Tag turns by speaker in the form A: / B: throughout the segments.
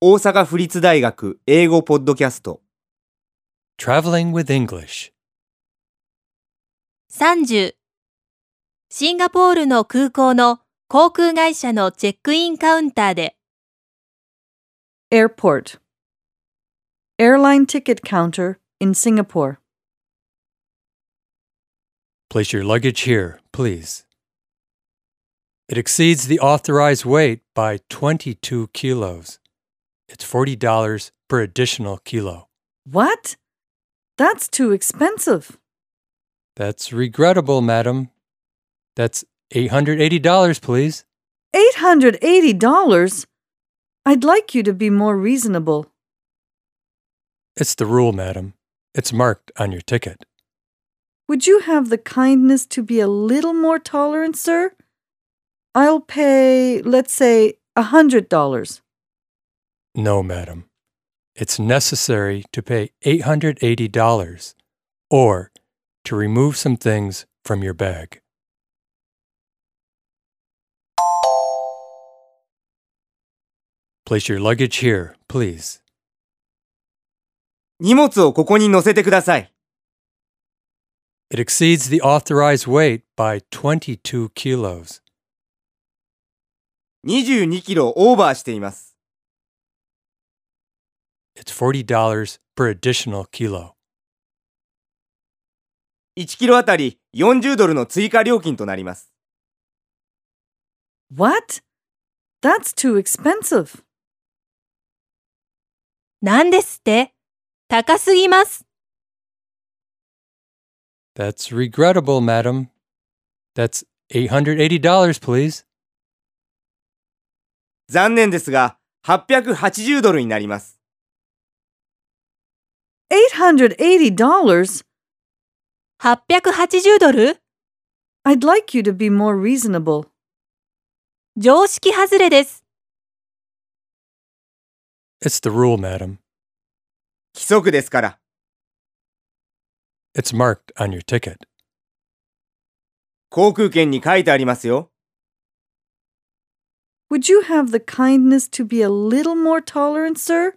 A: 大阪府立大学英語ポッドキャスト
B: Traveling with English.
C: 30シンガポールの空港の航空会社のチェックインカウンターで
D: Airport Airline ticket counter in Singapore.
B: Place your luggage here, please. It exceeds the authorized weight by 22 kilos. It's $40 per additional kilo.
D: What? That's too expensive.
B: That's regrettable, madam. That's $880, please.
D: $880? I'd like you to be more reasonable.
B: It's the rule, madam. It's marked on your ticket.
D: Would you have the kindness to be a little more tolerant, sir? I'll pay, let's say, a $100.
B: No, madam. It's necessary to pay $880 or to remove some things from your bag. 'Place your luggage here, please.
A: 荷物をここに載せてください
B: It exceeds the authorized weight by 22 kilos.
A: 22キロオーバーしています
B: It's $40 per additional kilo.
A: 1キロあたり40ドルの追加料金となります
D: What? That's too expensive.
C: 何ですって高すぎます
B: That's regrettable, madam. That's $880, please.
A: 残念ですが880ドルになります
D: $880?
C: 880ドル
D: I'd like you to be more reasonable.
C: 常識外れです
B: It's the rule, madam.
A: 規則ですから
B: It's marked on your ticket.
A: 航空券に書いてありますよ
D: Would you have the kindness to be a little more tolerant, sir?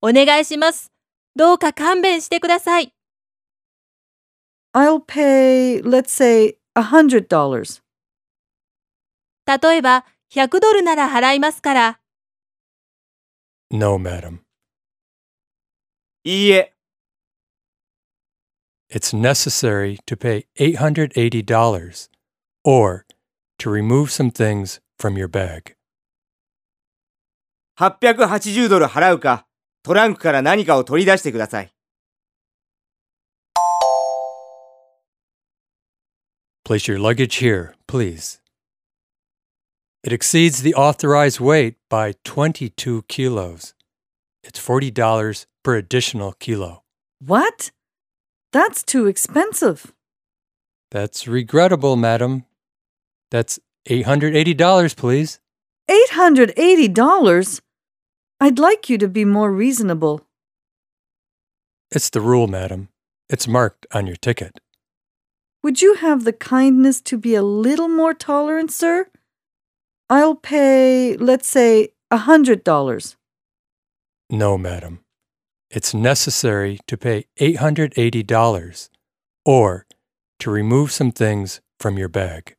C: お願いしますどうか勘弁してください
D: I'll pay, let's say, a hundred dollars.
C: 例えば100ドルなら払いますから
B: No, madam.
A: いいえ
B: It's necessary to pay $880 or to remove some things from your bag.
A: 880ドル払うかトランクから何かを取り出してください
B: Place your luggage here, please. It exceeds the authorized weight by 22 kilos. It's $40 per additional kilo.
D: What? That's too expensive.
B: That's regrettable, madam. That's $880, please.
D: $880? I'd like you to be more reasonable.
B: It's the rule, madam. It's marked on your ticket.
D: Would you have the kindness to be a little more tolerant, sir? I'll pay, let's say, a hundred dollars.
B: No, madam. It's necessary to pay $880 or to remove some things from your bag.